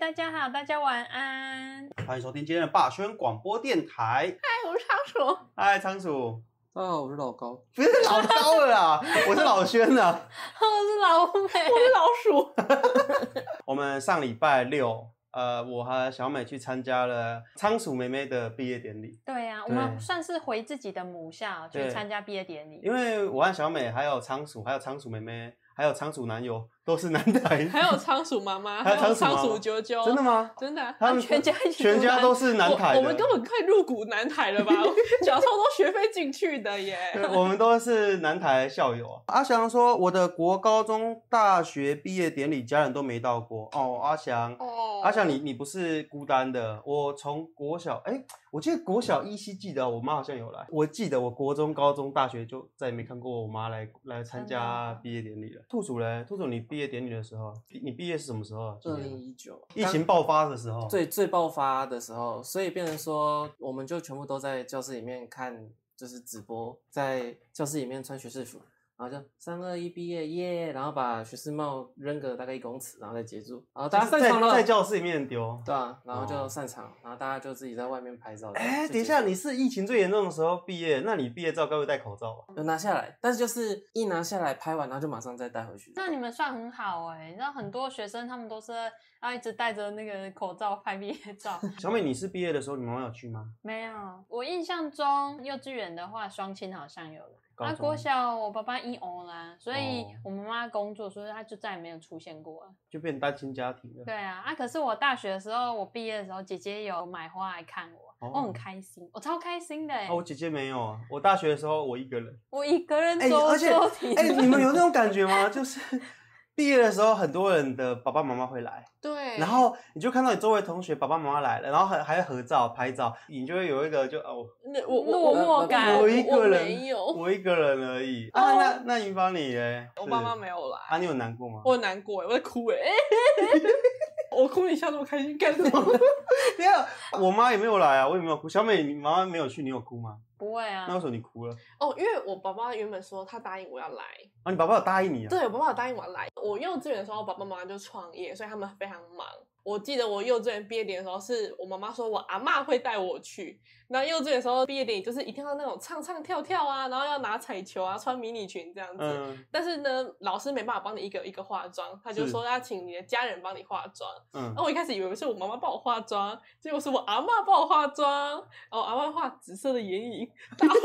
大家好，大家晚安。欢迎收听今天的霸轩广播电台。嗨，我是仓 鼠。嗨，仓鼠，大家好，哦我是 老高。不是老高了啦，我是老轩啊。我是老欸美， 我是老鼠。我们上礼拜六，呃，我和小美去参加了仓鼠妹妹的毕业典礼。对呀、我对们算是回自己的母校去对参加毕业典礼，因为我和小美，还有仓鼠，还有仓鼠妹妹，还有仓鼠男友，都是南 台， 还有仓鼠妈妈，还有还有仓鼠仓妈妈鼠啾啾，真的吗？真的啊，他们全家一起全家都是。是南台的我，我们根本快入股南台了吧？ 缴超多学费进去的 对耶。我们都是南台校友。啊阿翔说，我的国高中、大学毕业典礼，家人都没到过。哦，阿翔，哦阿啊翔你，你不是孤单的。我从国小，哎、我记得国小依稀记得我妈好像有来。我记得我国中、高中、大学就再也没看过我妈来来参加毕业典礼了。兔鼠嘞，兔鼠，你毕业典礼的时候，你你毕业是什么时候啊？今二年零一九疫情爆发的时候，最最爆发的时候，所以变成说，我们就全部都在教室里面看，就是直播，在教室里面穿学士服，然后就三二一毕业耶，然后把学士帽扔个大概一公尺，然后再接住，然后大家散在场了，在教室里面丢。对啊，然后就哦散场，然后大家就自己在外面拍照。哎、就等一结束下，你是疫情最严重的时候毕业，那你毕业照该不会戴口罩吧？有拿下来，但是就是一拿下来拍完，然后就马上再带回去。那你们算很好哎、你知道很多学生他们都是要一直戴着那个口罩拍毕业 照。小美，你是毕业的时候，你妈妈有去吗？没有，我印象中幼稚园的话，双亲好像有来。高啊，中国小我爸爸一欧啦，所以哦我妈妈工作，所以她就再也没有出现过了。就变单亲家庭了。对啊，啊，可是我大学的时候，我毕业的时候，姐姐有买花来看我，哦我很开心，我超开心的、欸啊，我姐姐没有啊，我大学的时候我一个人。我一个人哎、周、而且周体， 哎、你们有那种感觉吗？就是毕业的时候，很多人的爸爸妈妈会来，对，然后你就看到你周围同学爸爸妈妈来了，然后还还合照拍照，你就会有一个就哦，那我我落寞感我我一个人没有，我一个人而已。啊，那那云芳你嘞？哦我爸妈是没有来，啊，你有难过吗？ 我难过耶，我在哭哎，我哭你笑那么开心干什 么？没有，啊我妈也没有来啊，我也没有哭。小美，你妈妈没有去，你有哭吗？不会啊那，为什么你哭了？哦，因为我爸爸原本说他答应我要来，啊，你爸爸有答应你啊？对，我爸爸答应我来。我幼稚园的时候，我爸爸妈妈就创业，所以他们非常忙。我记得我幼稚园毕业典礼的时候，是我妈妈说我阿妈会带我去。然后幼稚园的时候毕业典礼就是一定要那种唱唱跳跳啊，然后要拿彩球啊，穿迷你裙这样子。嗯但是呢，老师没办法帮你一个一个化妆，他就是说要请你的家人帮你化妆。嗯然，哦后我一开始以为是我妈妈帮我化妆，结果是我阿嬷帮我化妆。然后阿嬷画紫色的眼影，大红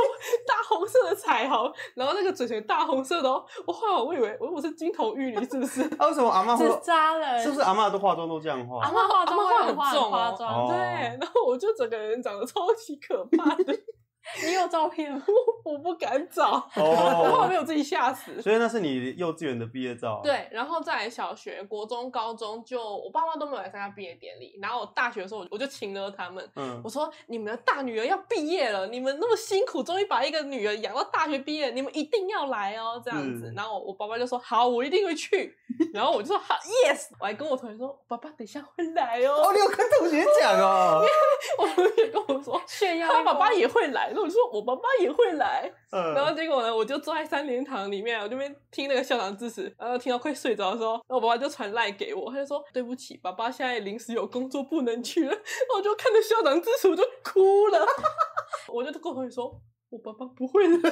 大红色的彩虹，然后那个嘴唇大红色的哦。我画完我以为我我是金头玉女是不 是？啊，为什么阿妈会？自扎了，是不是阿妈都化妆都这样哦化？阿妈化妆阿嬷很化很重夸哦张，哦对，然后我就整个人长得超级可怕的， 你有照片吗？我不敢找，我怕哦被，我自己吓死。所以那是你幼稚园的毕业照、啊。对，然后再来小学、国中、高中就，我爸妈都没有来参加毕业典礼。然后我大学的时候，我我就请了他们，嗯我，说你们的大女儿要毕业了，你们那么辛苦，终于把一个女儿养到大学毕业，你们一定要来哦，这样子。嗯然后我爸爸就说好，我一定会去。然后我就说好，yes。我还跟我同学说，爸爸等一下会来 哦，哦。你有跟同学讲 哦。 我同学跟我说。炫耀一波他爸爸也会来，那我就说我爸爸也会来， 嗯然后结果呢，我就坐在三联堂里面，我这边听那个校长致辞，然后听到快睡着的时候，然后我爸爸就传赖给我，他就说对不起，爸爸现在临时有工作不能去了， 然后我就看着校长致辞我就哭了， 我就跟我同学说，我爸爸不会来，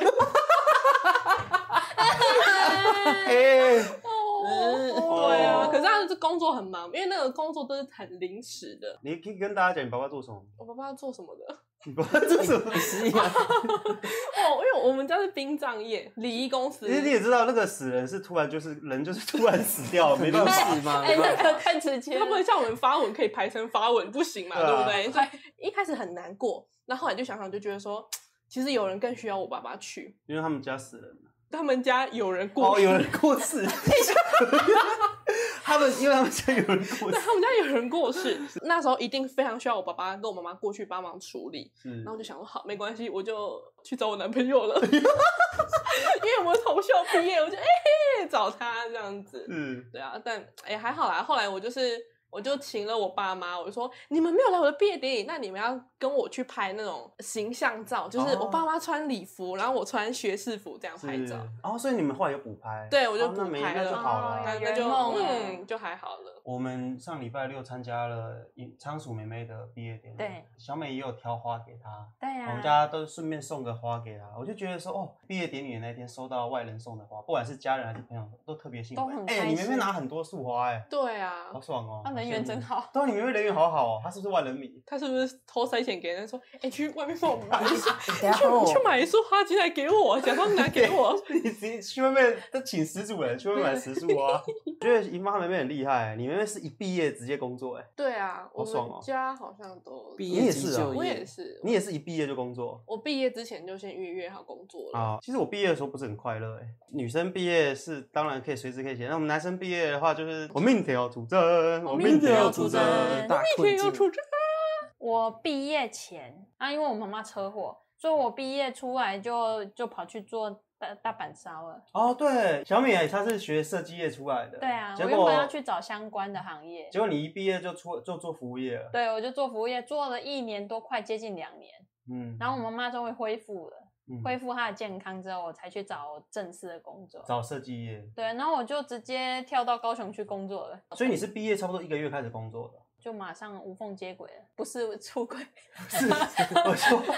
哎、哦，对啊，可是他就是工作很忙，因为那个工作都是很临时的，你可以跟大家讲你爸爸做什么？我爸爸做什么的？ 你爸爸做什么？失忆了，哦，因为我们家是殡葬业礼仪公司其，实你也知道，那个死人是突然就是人就是突然死掉， 没办法。是吗？哎，那个太直接了，他们像我们发文可以排成发文，不行嘛，啊对啊对不对？所以一开始很难过，那后来就想想，就觉得说，其实有人更需要我爸爸去，因为他们家死人了，他们家有人过哦，世，有人过世。他们因为他们家有人过世 对，他们家有人过世，那时候一定非常需要我爸爸跟我妈妈过去帮忙处理。嗯然后我就想说，好，没关系，我就去找我男朋 友了，因为我们同校毕业，我就哎、嘿找他这样子。是对啊，但哎、还好啦。后来我就是我就请了我爸妈，我就说你们没有来我的毕业典礼，那你们要跟我去拍那种形象照，就是哦我爸妈穿礼服，然后我穿学士服这样拍是照。哦，所以你们后来有补拍？对我就哦那补没拍那就了好了。啊哦那有那就圆梦嗯，就还好了。我们上礼拜六参加了一仓鼠妹妹的毕业典礼，对，小美也有挑花给她，对啊呀、我们家都顺便送个花给她，我就觉得说，哦，毕业典礼那天收到外人送的花，不管是家人还是朋友，都特别幸都福很。哎、开你妹妹心拿很多束花、哎，对啊好，爽哦！他人缘真好羡慕。好。对啊，你妹妹人缘好好哦，她是不是万人迷？ 他是不是偷塞钱给人说，哎、去外面帮我 买，啊你去等下哦帮我你去买一束花进来给我，假装拿给 我。你直接去外面都请十组人，去外面买十束 啊！我觉得姨妈妹妹很厉害、你妹妹是一毕业直接工作、哎，对啊，我爽哦们家好像都毕你也业即是啊就业，我也是，你也是一毕业就工作。我毕业之前就先预约好工作了。啊、其实我毕业的时候不是很快乐哎、女生毕业是当然可以随时可以写，那我们男生毕业的话就是我命条主政，我命条条主主政政。大 天困要境。出这我毕业前啊，因为我妈妈车祸，所以我毕业出来就就跑去做大大阪烧了。哦，对，小米她是学设计业出来的，对啊，结我果原本要去找相关的行业结，果你一毕业就出就做服务业了，对我就做服务业，做了一年多，快接近两年。嗯，然后我妈妈终于恢复了，嗯恢复她的健康之后，我才去找正式的工作。找设计业，对，然后我就直接跳到高雄去工作了，所以你是毕业差不多一个月开始工作的，就马上无缝接轨了，不是出轨，是，我说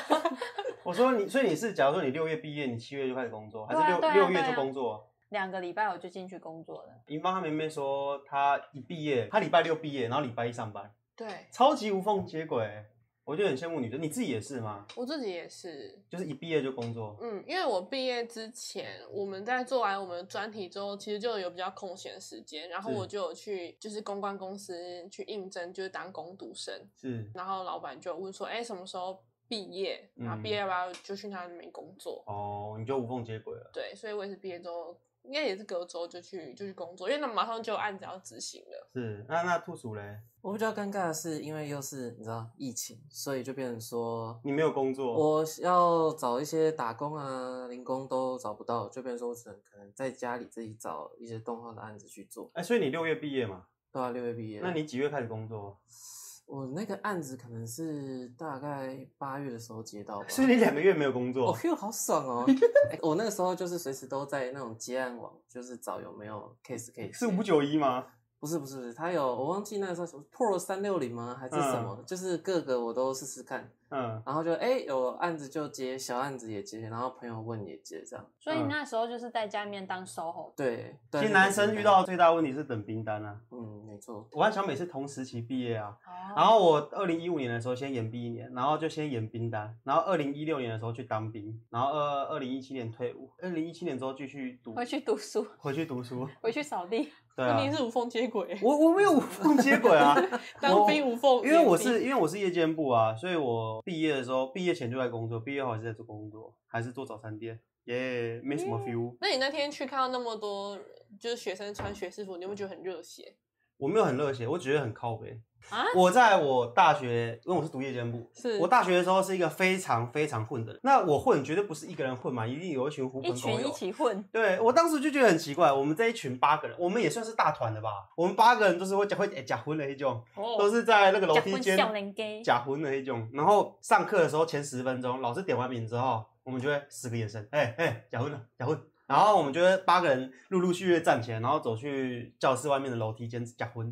我说你，所以你是假如说你六月毕业，你七月就开始工作，还是对啊六、对啊六月对就啊工作？两个礼拜我就进去工作了。姨妈她妹妹说，她一毕业，她礼拜六毕业，然后礼拜一上班。对超级无缝接轨，我就很羡慕女生。你自己也是吗？我自己也是，就是一毕业就工作，嗯，因为我毕业之前，我们在做完我们的专题之后，其实就有比较空闲时间，然后是我就有去就是公关公司去应征，就是当工读生，是然后老板就问说，哎，什么时候毕业？然后嗯毕业要不要就去他那边工作？哦，你就无缝接轨了。对，所以我也是毕业之后，应该也是隔周就去就去工作，因为那马上就有案子要执行了。是，那那兔鼠嘞，我比较尴尬的是，因为又是你知道疫情，所以就变成说你没有工作，我要找一些打工啊、零工都找不到，就变成说我只能可能在家里自己找一些动画的案子去做。哎、所以你六月毕业嘛？对啊，六月毕业，那你几月开始工作？ 我那个案子可能是大概八月的时候接到吧。所以你两个月没有工作哦，，哟，好 爽哦！哎我那个时候就是随时都在那种接案网，就是找有没有 case 可以 接。是五九一吗？不是不是不是，他有我忘记那个时候什么 Pro 三六零吗？还是什么？就是各个我都试试看，嗯，然后就哎、有案子就接，小案子也接，然后朋友问也接，这样。所以嗯那时候就是在家里面当 SOHO，对，其对实男生遇到，最大的问题是等兵单啊。嗯，没错，我和小美是同时期毕业啊，然然后我二零一五年的时候先延毕一年，然后就先延兵单，然后二零一六年的时候去当兵，然后二二零一七年退伍，二零一七年之后继续读回去读书，回去读书，回去扫 地，对啊，哦你是无缝接轨，我我没有无缝接轨啊，当我兵无缝接轨，因为我是因为我是夜间部啊，所以我毕业的时候，毕业前就在工作，毕业后还是在做工作，还是做早餐店，耶、没什嗯么 feel，、那你那天去看到那么多就是学生穿学士服，你有没有觉得很热血？我没有很热血，我只是很靠北啊我在我大学，因为我是读夜间部。是我大学的时候是一个非常非常混的人，那我混绝对不是一个人混嘛，一定有一群狐朋一狗群友一。起混，对我当时就觉得很奇怪，我们这一群八个人，我们也算是大团的吧，我们八个人都是会假会假婚的那种，都哦，是在那个楼结梯婚间少年家。假混的那种。然后上课的时候前十分钟，老师点完名之后，我们就会使个眼神，哎、哎、假混了，假混。然后我们就会八个人陆陆续续地站起来，然后走去教室外面的楼梯间假婚。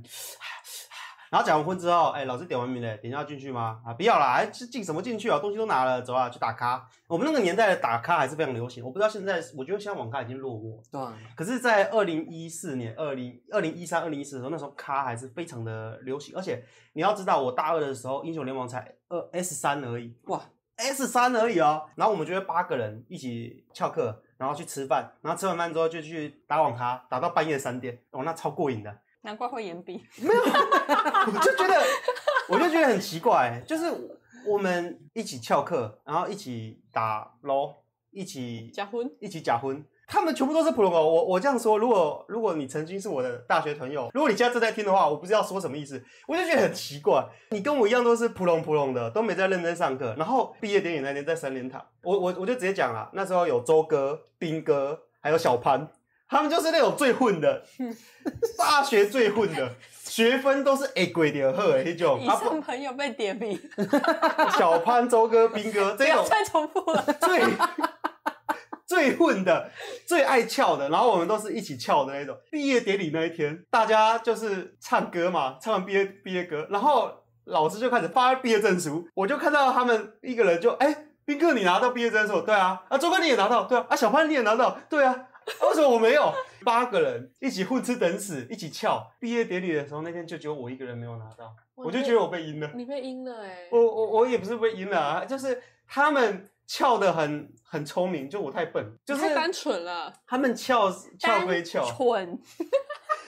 然后假完婚之后，哎、老师点完名了，等一下要进去吗？啊，不要啦，哎进什么进去啊？东西都拿了，走啊，去打卡。我们那个年代的打卡还是非常流行，我不知道现在，我觉得现在网咖已经落寞了。对啊，可是，在二零一四年、二零二零一三、二零一四的时候，那时候咖还是非常的流行，而且你要知道，我大二的时候，英雄联盟才二 S 三而已哇，S 三而已哦。然后我们就会八个人一起翘课，然后去吃饭，然后吃完饭之后就去打网咖，打到半夜三点，哦，那超过瘾的。难怪会延毕，我就觉得，我就觉得很奇怪，就是我们一起翘课，然后一起打 LO，一起假婚一起假婚。他们全部都是普通朋友。我我这样说，如果如果你曾经是我的大学朋友，如果你现在正在听的话，我不知道说什么意思，我就觉得很奇怪。你跟我一样都是普通普通的，都没在认真上课。然后毕业典礼啊那天在三联堂，我我我就直接讲了，那时候有周哥、兵哥，还有小潘，他们就是那种最 混的，大学最混的，学分都是哎鬼点赫哎那种，以啊不上朋友被点名，小潘、周哥、兵哥不这要种再重复了。最最混的、最爱翘的，然后我们都是一起翘的那种。毕业典礼那一天，大家就是唱歌嘛，唱完毕业毕业歌，然后老师就开始发毕业证书，我就看到他们一个人就哎。斌哥，你拿到毕业证书？对啊，啊，周哥你也拿到，对啊，啊，小潘你也拿到，对啊，啊为什么我没有？八个人一起混吃等死，一起翘。毕业典礼的时候，那天就只有我一个人没有拿到， 我就觉得我被阴了。你被阴了哎、我我我也不是被阴了啊，就是他们翘的很很聪明，就我太笨，就是太单纯了。他们翘翘归单翘，纯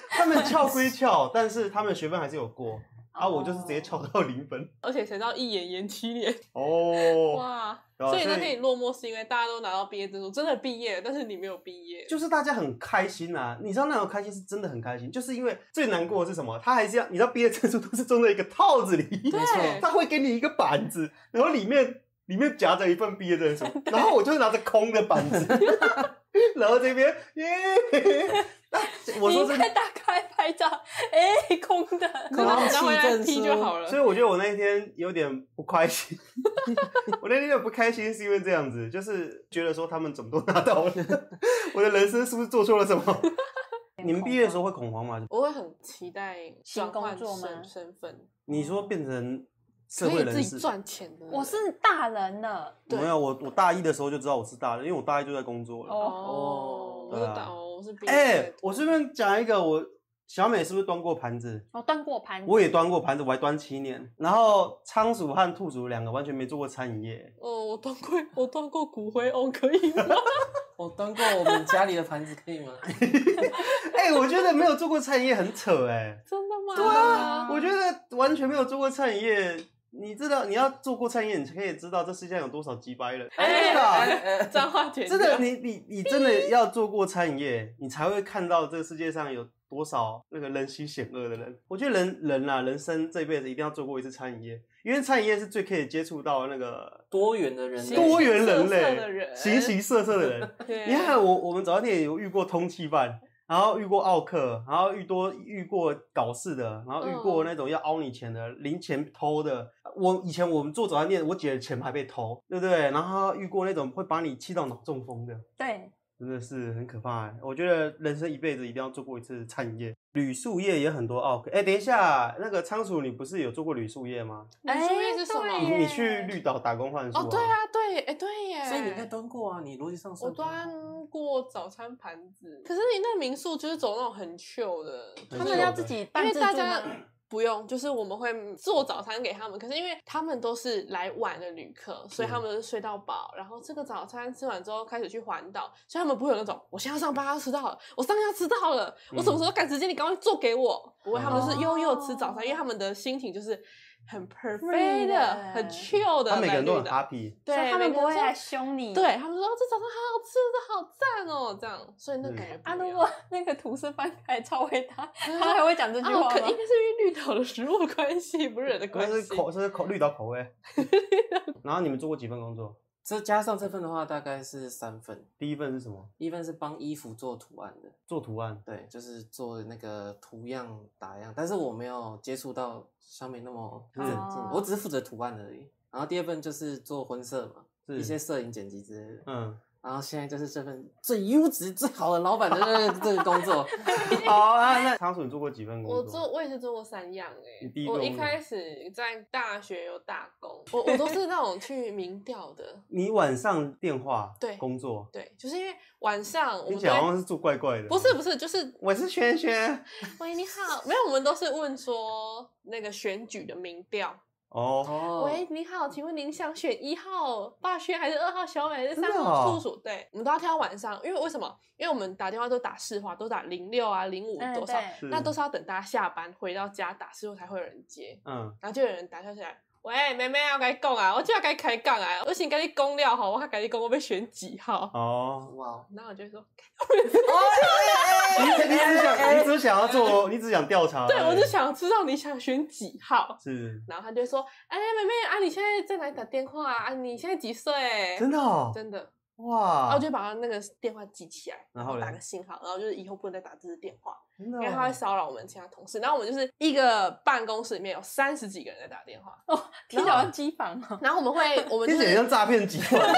他们翘归翘，但是他们学分还是有过啊，哦我就是直接翘到零分 而且谁知道一演演七年，哦，哇！对啊所以那所以天你落寞是因为大家都拿到毕业证书，真的毕业了，但是你没有毕业，就是大家很开心啊，你知道那种开心是真的很开心，就是因为最难过的是什么？他还是要你知道毕业证书都是装在一个套子里，没对错，他会给你一个板子，然后里面里面夹着一份毕业证 书，然后我就拿着空的板子， 然后这边耶， 那我你说应是，该打开拍照，哎、空 的，真的空拿气回来证批书就好了所。以我觉得我那天有点不开心， 我那天有点不开心是因为这样子，就是觉得说他们怎么都拿到了， 我的人生是不是做错了什么？你们毕业的时候会恐慌吗？我会很期待转换新工作吗身身份，你说变成社可会以自人己士？赚钱的。我是大人了，对没有，我我大一的时候就知道我是大人，因为我大一就在工作了。哦，我对是啊导，我是毕业。哎、我顺便讲一个，我小美是不是端过盘子？我端哦过盘子，我也端过盘子，我还端七年。然后仓鼠和兔鼠两个完全没做过餐饮业，哦，我端过， 我端过骨灰哦，可以吗？我端过我们家里的盘子可 以吗？哎、我觉得没有做过餐饮业很扯哎、 真的吗？对啊嗯我觉得完全没有做过餐饮业，你知道你要做过餐饮业，你可以知道这世界上有多少鸡掰人。哎真的 啊、呃脏话剪掉真的，你你你真的要做过餐饮业，你才会看到这个世界上有多少那个人心险恶的人。我觉得人人啊，人生这辈子一定要做过一次餐饮业，因为餐饮业是最可以接触到那个多元的人类，多元色人色类、的人形形色色的 人。对你看我我们早餐店有遇过通缉犯，然后遇过奥克，然后遇多遇过搞事的，然后遇过嗯那种要凹你钱的、零钱偷的。我以前我们做早餐店，我姐的钱还被偷，对不对？然后遇过那种会把你气到脑中风的，对，真的是很可怕欸、我觉得人生一辈子一定要做过一次餐饮业，旅宿业也很多奥克。哎，等一下，那个仓鼠，你不是有做过旅宿业吗？你说的是什哎你对么？你去绿岛打工换宿、哦，对，啊，对，哎，对耶。所以你应该端过啊，你逻辑上我算端过。端过早餐盘子，可是你那民宿就是走那种很 chill 的，很他们要自己因办为自助大家吗？不用，就是我们会做早餐给他们。可是因为他们都是来晚的旅客，所以他们都是睡到饱，然后这个早餐吃完之后开始去环岛，所以他们不会有那种我现在要上班要迟到了，我上课要迟到了，我什么时候赶时间？你赶快做给我。不会，他们哦就是悠悠吃早餐，因为他们的心情就是很 perfect 的，很 chill 的他来绿岛，每个人都很 happy。所对以，他每们个不人会都来凶你。对他们说、哦、这早餐好好吃，这好赞哦，这样，所以那嗯感觉不啊，一如样 果那个吐司翻开超伟大，他啊还会哦讲这句啊，话可吗应？该是因为绿岛的食物的关系，不是人的那关是系。口，这 是口绿岛口味。然后你们做过几份工作？这加上这份的话，大概是三份，第一份是什么？一份是帮衣服做图案的，做图案。对，就是做那个图样打样，但是我没有接触到上面那么嗯整进，哦我只是负责图案而已。然后第二份就是做婚摄嘛，是一些摄影剪辑之类的。嗯，然后现在就是这份最优质、最好的老板的这 个这个工作，好啊，那仓鼠你做过几份工作？我做我也是做过三样哎、你第一个我问一我开始在大学有打工，我我都是那种去民调的，你晚上电话对工作，对，就是因为晚上我听们起都来好会像是做怪怪的。不是不是，就是我是轩轩。喂你好，没有，我们都是问说那个选举的民调，哦，哦，喂，你好，请问您想选一号霸轩还是二号小美还是真的三哦号兔鼠？对，我们都要挑晚上，因为为什么？因为我们打电话都打市话，都打零六啊、零五哎多少，对是那都是要等大家下班回到家打市话才会有人接，嗯，然后就有人打消息来。喂，妹妹要该讲啊，我就要该开杠啊，我先跟你公料好，我跟你讲我被选几号，哦，哇哦，然后我就说，哎你你只想你只想要做，你只想调查而已。哎对我就想知道你想选几号，是然后他就说，哎、妹妹啊，你现在在哪里打电话啊？啊你现在几岁？真的哦。真的，然哇哦后，就把他那个电话记起来，然后嘞打个信号，然后就是以后不能再打这支电话，真的因为他会哦骚扰我们其他同事。然后我们就是一个办公室里面有三十几个人在打电话，听起来像机房哦。然后我 们会，我哦们就听起来是像诈骗集团，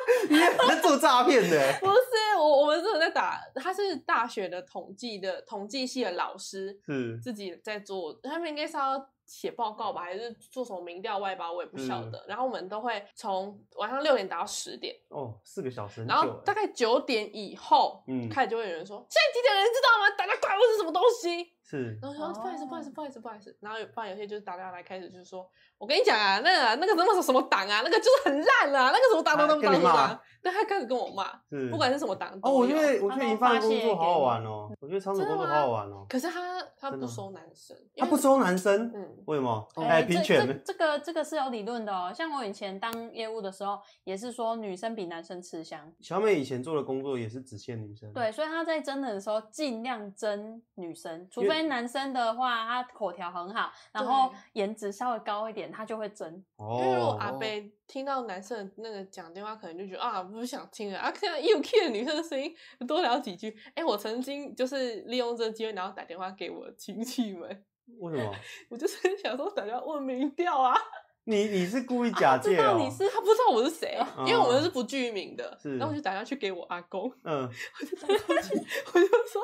你很在做诈骗的。不是我，我们真的在打，他是大学的统计的统计系的老师，是，自己在做，他们应该是要写报告吧，还是做什么民调外包，我也不晓嗯得。然后我们都会从晚上六点打到十点，哦，四个小时很久然欸，后大概九点以后，嗯开始就会有人说现在几点了，你知道吗？大家怪我是什么东西？欸是然后说哦不好意思，不好意思，不好意思，不好意思。然后有不然有些就是打电话来，开始就是说，我跟你讲啊，那个啊那个什么什么党啊，那个就是很烂啊，那个什么党啊都么跟党你什么骂党，对他开始跟我骂，是，不管是什么党哦，我都觉有得我他觉得们银发的发工泄作好好给你玩哦，我觉得仓储真的工作好好吗玩哦。可是他他真的不吗收男生，因他为不收男生，嗯为什么？哦哎，这平权这这个这个是有理论的哦。像我以前当业务的时候，也是说女生比男生吃香。小美以前做的工作也是只限女生，，对，所以他在真人的时候尽量争女生，除因为非男生的话，他口条很好，然后颜值稍微高一点，他就会争。因为如果哦，阿贝听到男生的那个讲电话，可能就觉得啊不想听了啊，看到 UK 的女生的声音，多聊几句。哎、我曾经就是利用这个机会，然后打电话给我亲戚们，为什么？我就是 想说打电话问民调啊， 你你是故意啊他假知借道哦？你是他不知道我是谁，因为我们是不具名的，嗯是然后我就打电话去给我阿公，嗯，我就打过去， 我就说：“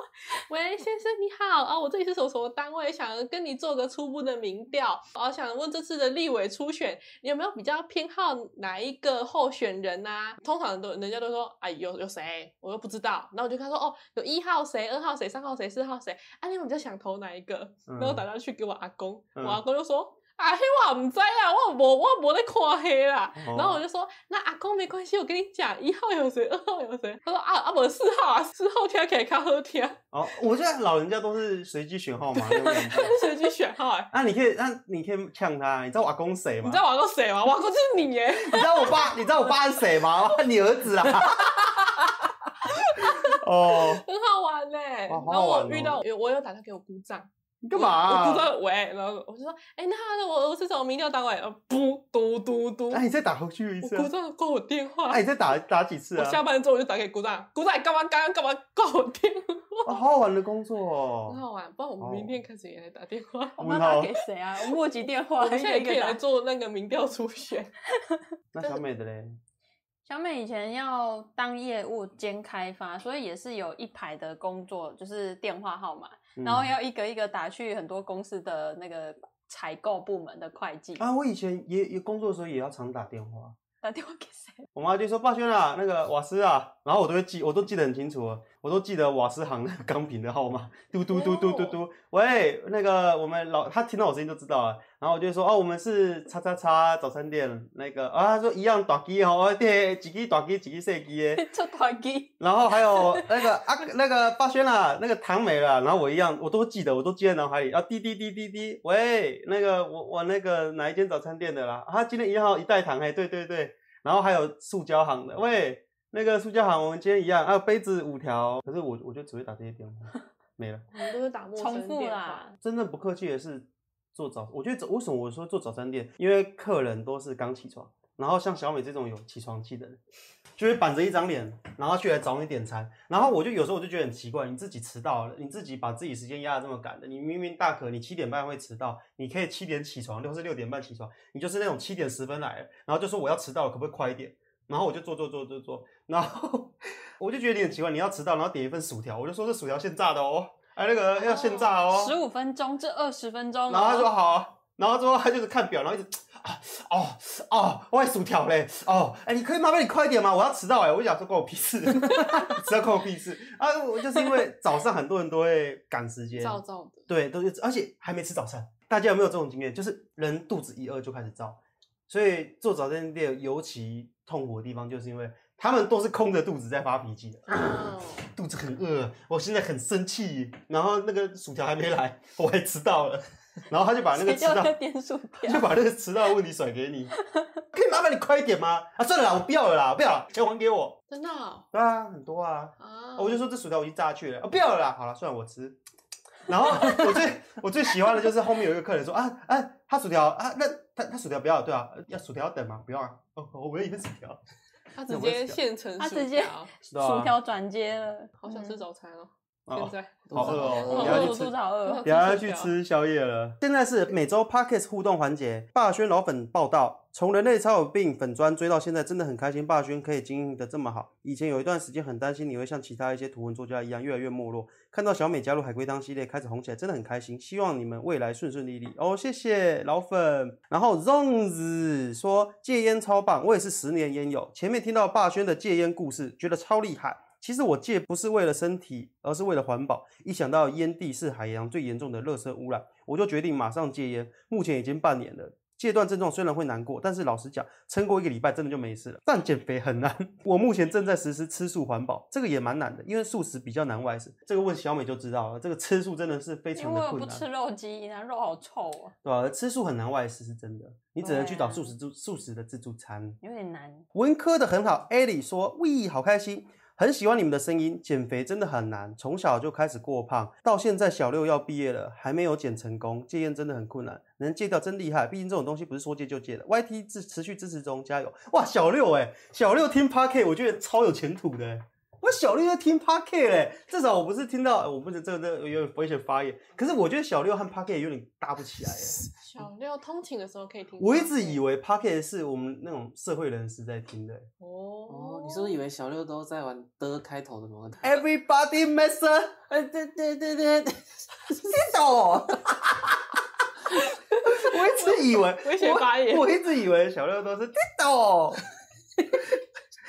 喂，先生你好啊，我这里是什么什么单位，想跟你做个初步的民调，啊，想问这次的立委初选你有没有比较偏好哪一个候选人啊？”通常都人家都说：“哎，有有谁？我又不知道。”然后我就跟他说：“哦，有一号谁，二号谁，三号谁，四号谁？啊，你们比较想投哪一个？”嗯然后打电话去给我阿公，嗯我阿公就说。啊，黑我唔知啊，我无我无咧看黑啦。哦然后我就说，那阿公没关系，我跟你讲，一号有谁，二号有谁。他说啊啊，我四号啊，四号听起来较好听，哦，我觉得老人家都是随机选号码那种感觉。随机选号 哎、那啊你可以，那你可以呛他，啊你知道我阿公谁吗？你知道我阿公谁吗？我阿公就是你欸耶，你知道我爸，你知道我爸是谁吗？ 你儿子啊！哦，很好玩嘞、哇好然好后玩哦我遇到，有我有打他给我姑丈，你干嘛我姑啊？丈喂，然后我就说，哎、那那我我是什么民调单位？呃，不，嘟嘟嘟，哎那你再打回去一我次姑啊。丈挂我电话。哎，你再打打几次我啊？下班之后我就打给姑丈，姑丈你干嘛？刚刚干嘛挂我电话？哦，好好玩的工作很哦。好玩，不然我们明天开始也来打电话。我问们号打给谁啊？我募集电话，我们现在一也个可一以个来哦打。做那个民调初选。那小美的嘞？小美以前要当业务兼开发，所以也是有一排的工作，就是电话号码，嗯然后要一个一个打去很多公司的那个采购部门的会计，啊，我以前也也工作的时候也要常打电话，打电话给谁？ 我妈就说霸轩啊，那个瓦斯啊，然后我都会记，我都记得很清楚哦，我都记得瓦斯行那个钢瓶的 号码，嘟嘟嘟嘟嘟嘟，喂，那个我们老他听到我声音就知道了，然后我就说哦，我们是叉叉叉早餐店那个啊，他说一样短机哦，对，几机短机几机细机的，做团机，然后还有那个啊，那个霸轩啦，那个糖没了，然后我一样，我都记得，我都记在脑海里。啊，滴滴滴滴滴，喂，那个我我那个哪一间早餐店的啦？啊，今天一号一袋糖，嘿，对对对。然后还有塑胶行的，喂，那个塑胶行，我们今天一样，啊，杯子五条。可是我我就只会打这些电话，没了。我们都是打陌重生复电啦话。。真正不客气的是做早，我觉得早为什么我说做早餐店，因为客人都是刚起床，然后像小美这种有起床气的人，就会板着一张脸，然后去来找你点餐，然后我就有时候我就觉得很奇怪，你自己迟到了，你自己把自己时间压得这么赶的，你明明大可你七点半会迟到，你可以七点起床，六是六点半起床，你就是那种七点十分来了，然后就说我要迟到了，可不可以快一点？然后我就做做做做做，然后我就觉得你很奇怪，你要迟到，然后点一份薯条，我就说这薯条现炸的哦，哎那个要现炸哦，十五分钟至二十分钟哦，然后他说好啊，然后之后他就是看表，然后一直啊哦哦，我还薯条嘞，哦，哎，你可以麻烦你快一点吗？我要迟到哎，我就想说关我屁事， 迟到关我屁事啊！我就是因为早上很多人都会赶时间，照照的，对，都是而且还没吃早餐，大家有没有这种经验？就是人肚子一饿就开始燥，所以做早餐店尤其痛苦的地方，就是因为他们都是空着肚子在发脾气的。嗯，肚子很饿，我现在很生气，然后那个薯条还没来，我还迟 到了，然后他就把那个谁迟叫到他点薯条 就？把那个迟到的问题甩给你，可以麻烦你快一点吗？啊，算了啦，我不要了啦，我不要了，钱还给我。真的哦对啊，很多啊，嗯啊！我就说这薯条我已经炸去了，啊，不要了啦，好了，算了，我吃。然后 我最我最喜欢的就是后面有一个客人说啊啊，他薯条啊，那他他薯条不要，对啊，要薯条要等吗？不要啊，哦，我要一份薯条。他那直我也接是现成薯他条，直接对啊薯条转接了，好想吃嗯早餐哦。哦现在好饿哦好你要饿，去我吃肚子好饿。哦等一下要去吃宵夜了。现在是每周 Pockets 互动环节，霸轩老粉报道，从人类超有病粉砖追到现在，真的很开心。霸轩可以经营的这么好，以前有一段时间很担心你会像其他一些图文作家一样越来越没落。看到小美加入海龟汤系列开始红起来，真的很开心。希望你们未来顺顺利利哦，谢谢老粉。然后 Zones 说戒烟超棒，我也是十年烟友。前面听到霸轩的戒烟故事，觉得超厉害。其实我戒不是为了身体，而是为了环保。一想到烟蒂是海洋最严重的垃圾污染，我就决定马上戒烟。目前已经半年了。戒断症状虽然会难过，但是老实讲，撑过一个礼拜真的就没事了。但减肥很难，我目前正在实施吃素环保，这个也蛮难的，因为素食比较难外食。这个问小美就知道了，这个吃素真的是非因常为的我困不难，吃肉鸡，那肉好臭哦，对吧、吃素很难外食是真的，你只能去找对啊素食自素食的自助餐。有点难。文科的很好，Ellie 说：“喂，好开心，很喜欢你们的声音。减肥真的很难，从小就开始过胖，到现在小六要毕业了，还没有减成功。戒烟真的很困难，能戒掉真厉害。毕竟这种东西不是说戒就戒的。YT 支持续支持中，加油！哇，小六哎、小六听 Park，我觉得超有前途的、欸。”我小六在听 Park 嘞、至少我不是听到，呃我不是这个这个有点危险发言。可是我觉得小六和 Park 有点搭不起来、欸。小六通勤的时候可以听。我一直以为为 Park 是我们那种社会人士在听的、欸哦哦，，你是不是以为小六都在玩的开头的某个？哎 Everybody mess up，哎，对对对对对，知道哦。我 一直以为危险发言我，我一直以为小六都是知道哦。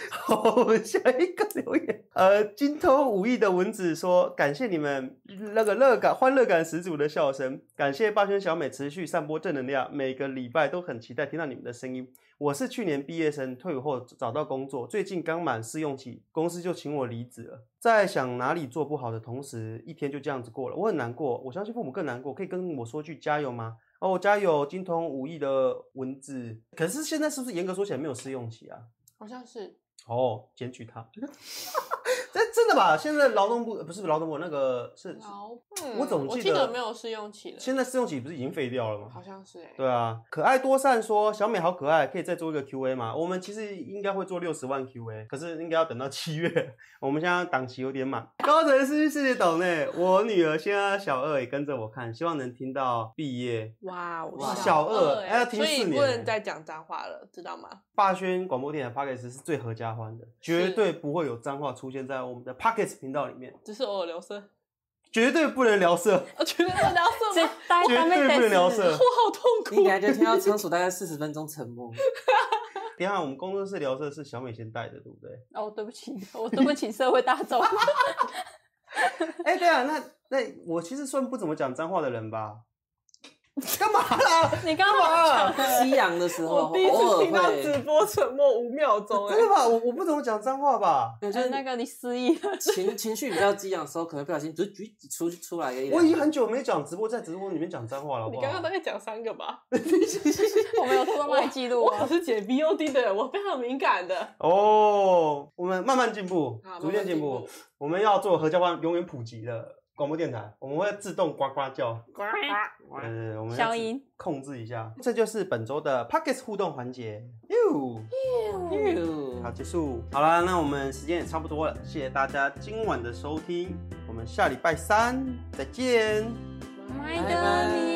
好，我们下一个留言。呃，精通武艺的蚊子说：“感谢你们那个乐感、欢乐感十足的笑声，感谢霸轩小美持续散播正能量，每个礼拜都很期待听到你们的声音。我是去年毕业生，退伍后找到工作，最近刚满试用期，公司就请我离职了。在想哪里做不好的同时，一天就这样子过了，我很难过。我相信父母更难过，可以跟我说句加油吗？哦，加油！精通武艺的文字，可是现在是不是严格说起来没有试用期啊？好像是哦，检举他， 这真的吧？现在劳动部呃不是劳动部那个是，老板。我总我记记得没有试用期的，现在试用期不是已经废掉了吗？好像是哎。对啊，可爱多善说小美好可爱，可以再做一个 Q&A 吗？我们其实应该会做六十万 Q&A，可是应该要等到七月，我们现在档期有点满。高晨是谢谢董内，我女儿现在小二也跟着我看，希望能听到毕业。哇哦，哇小二欸哎要停所以四年不欸能再讲脏话了，知道吗？霸轩广播电台 p o c k e t 是最合家欢的，绝是对不会有脏话出现在我们的 p o c k e t 频道里面，只是偶尔留声，绝对不能聊色，我觉得 我聊这色吗？大绝家对不能聊色。我好痛你苦。感觉听到仓鼠大概四十分钟沉默。 等一下我们工作室聊色是小美先带的，对不对？ 哦，对不起，我对不起社会大众。哎、对啊，那那我其实算不怎么讲脏话的人吧？干嘛啦？你刚哦刚讲夕的，阳的时候，我第一偶次尔听到直会，播沉默五秒钟，哎真，的吧？我我不怎么讲脏话 吧？对就就是是呃哎那个你失忆了。情情绪比较激昂的时候，可能不小心就举出出来个一两我已经很久没讲直播，在直播里面讲脏话了，好不好？你刚刚大概讲三个吧。我们有偷偷帮你记录我可啊。是解 VOD 的人，我非常敏感的。哦，我们慢慢进步好，逐渐进慢步慢进。我们要做合家欢永远普及的广播电台，我们会自动呱呱叫。对对对，我们要消自音控制一下。这就是本周的 Pockets 互动环节。哟，哦好，结束。好啦，那我们时间也差不多了，谢谢大家今晚的收听，我们下礼拜三再见。 My 拜拜 darling。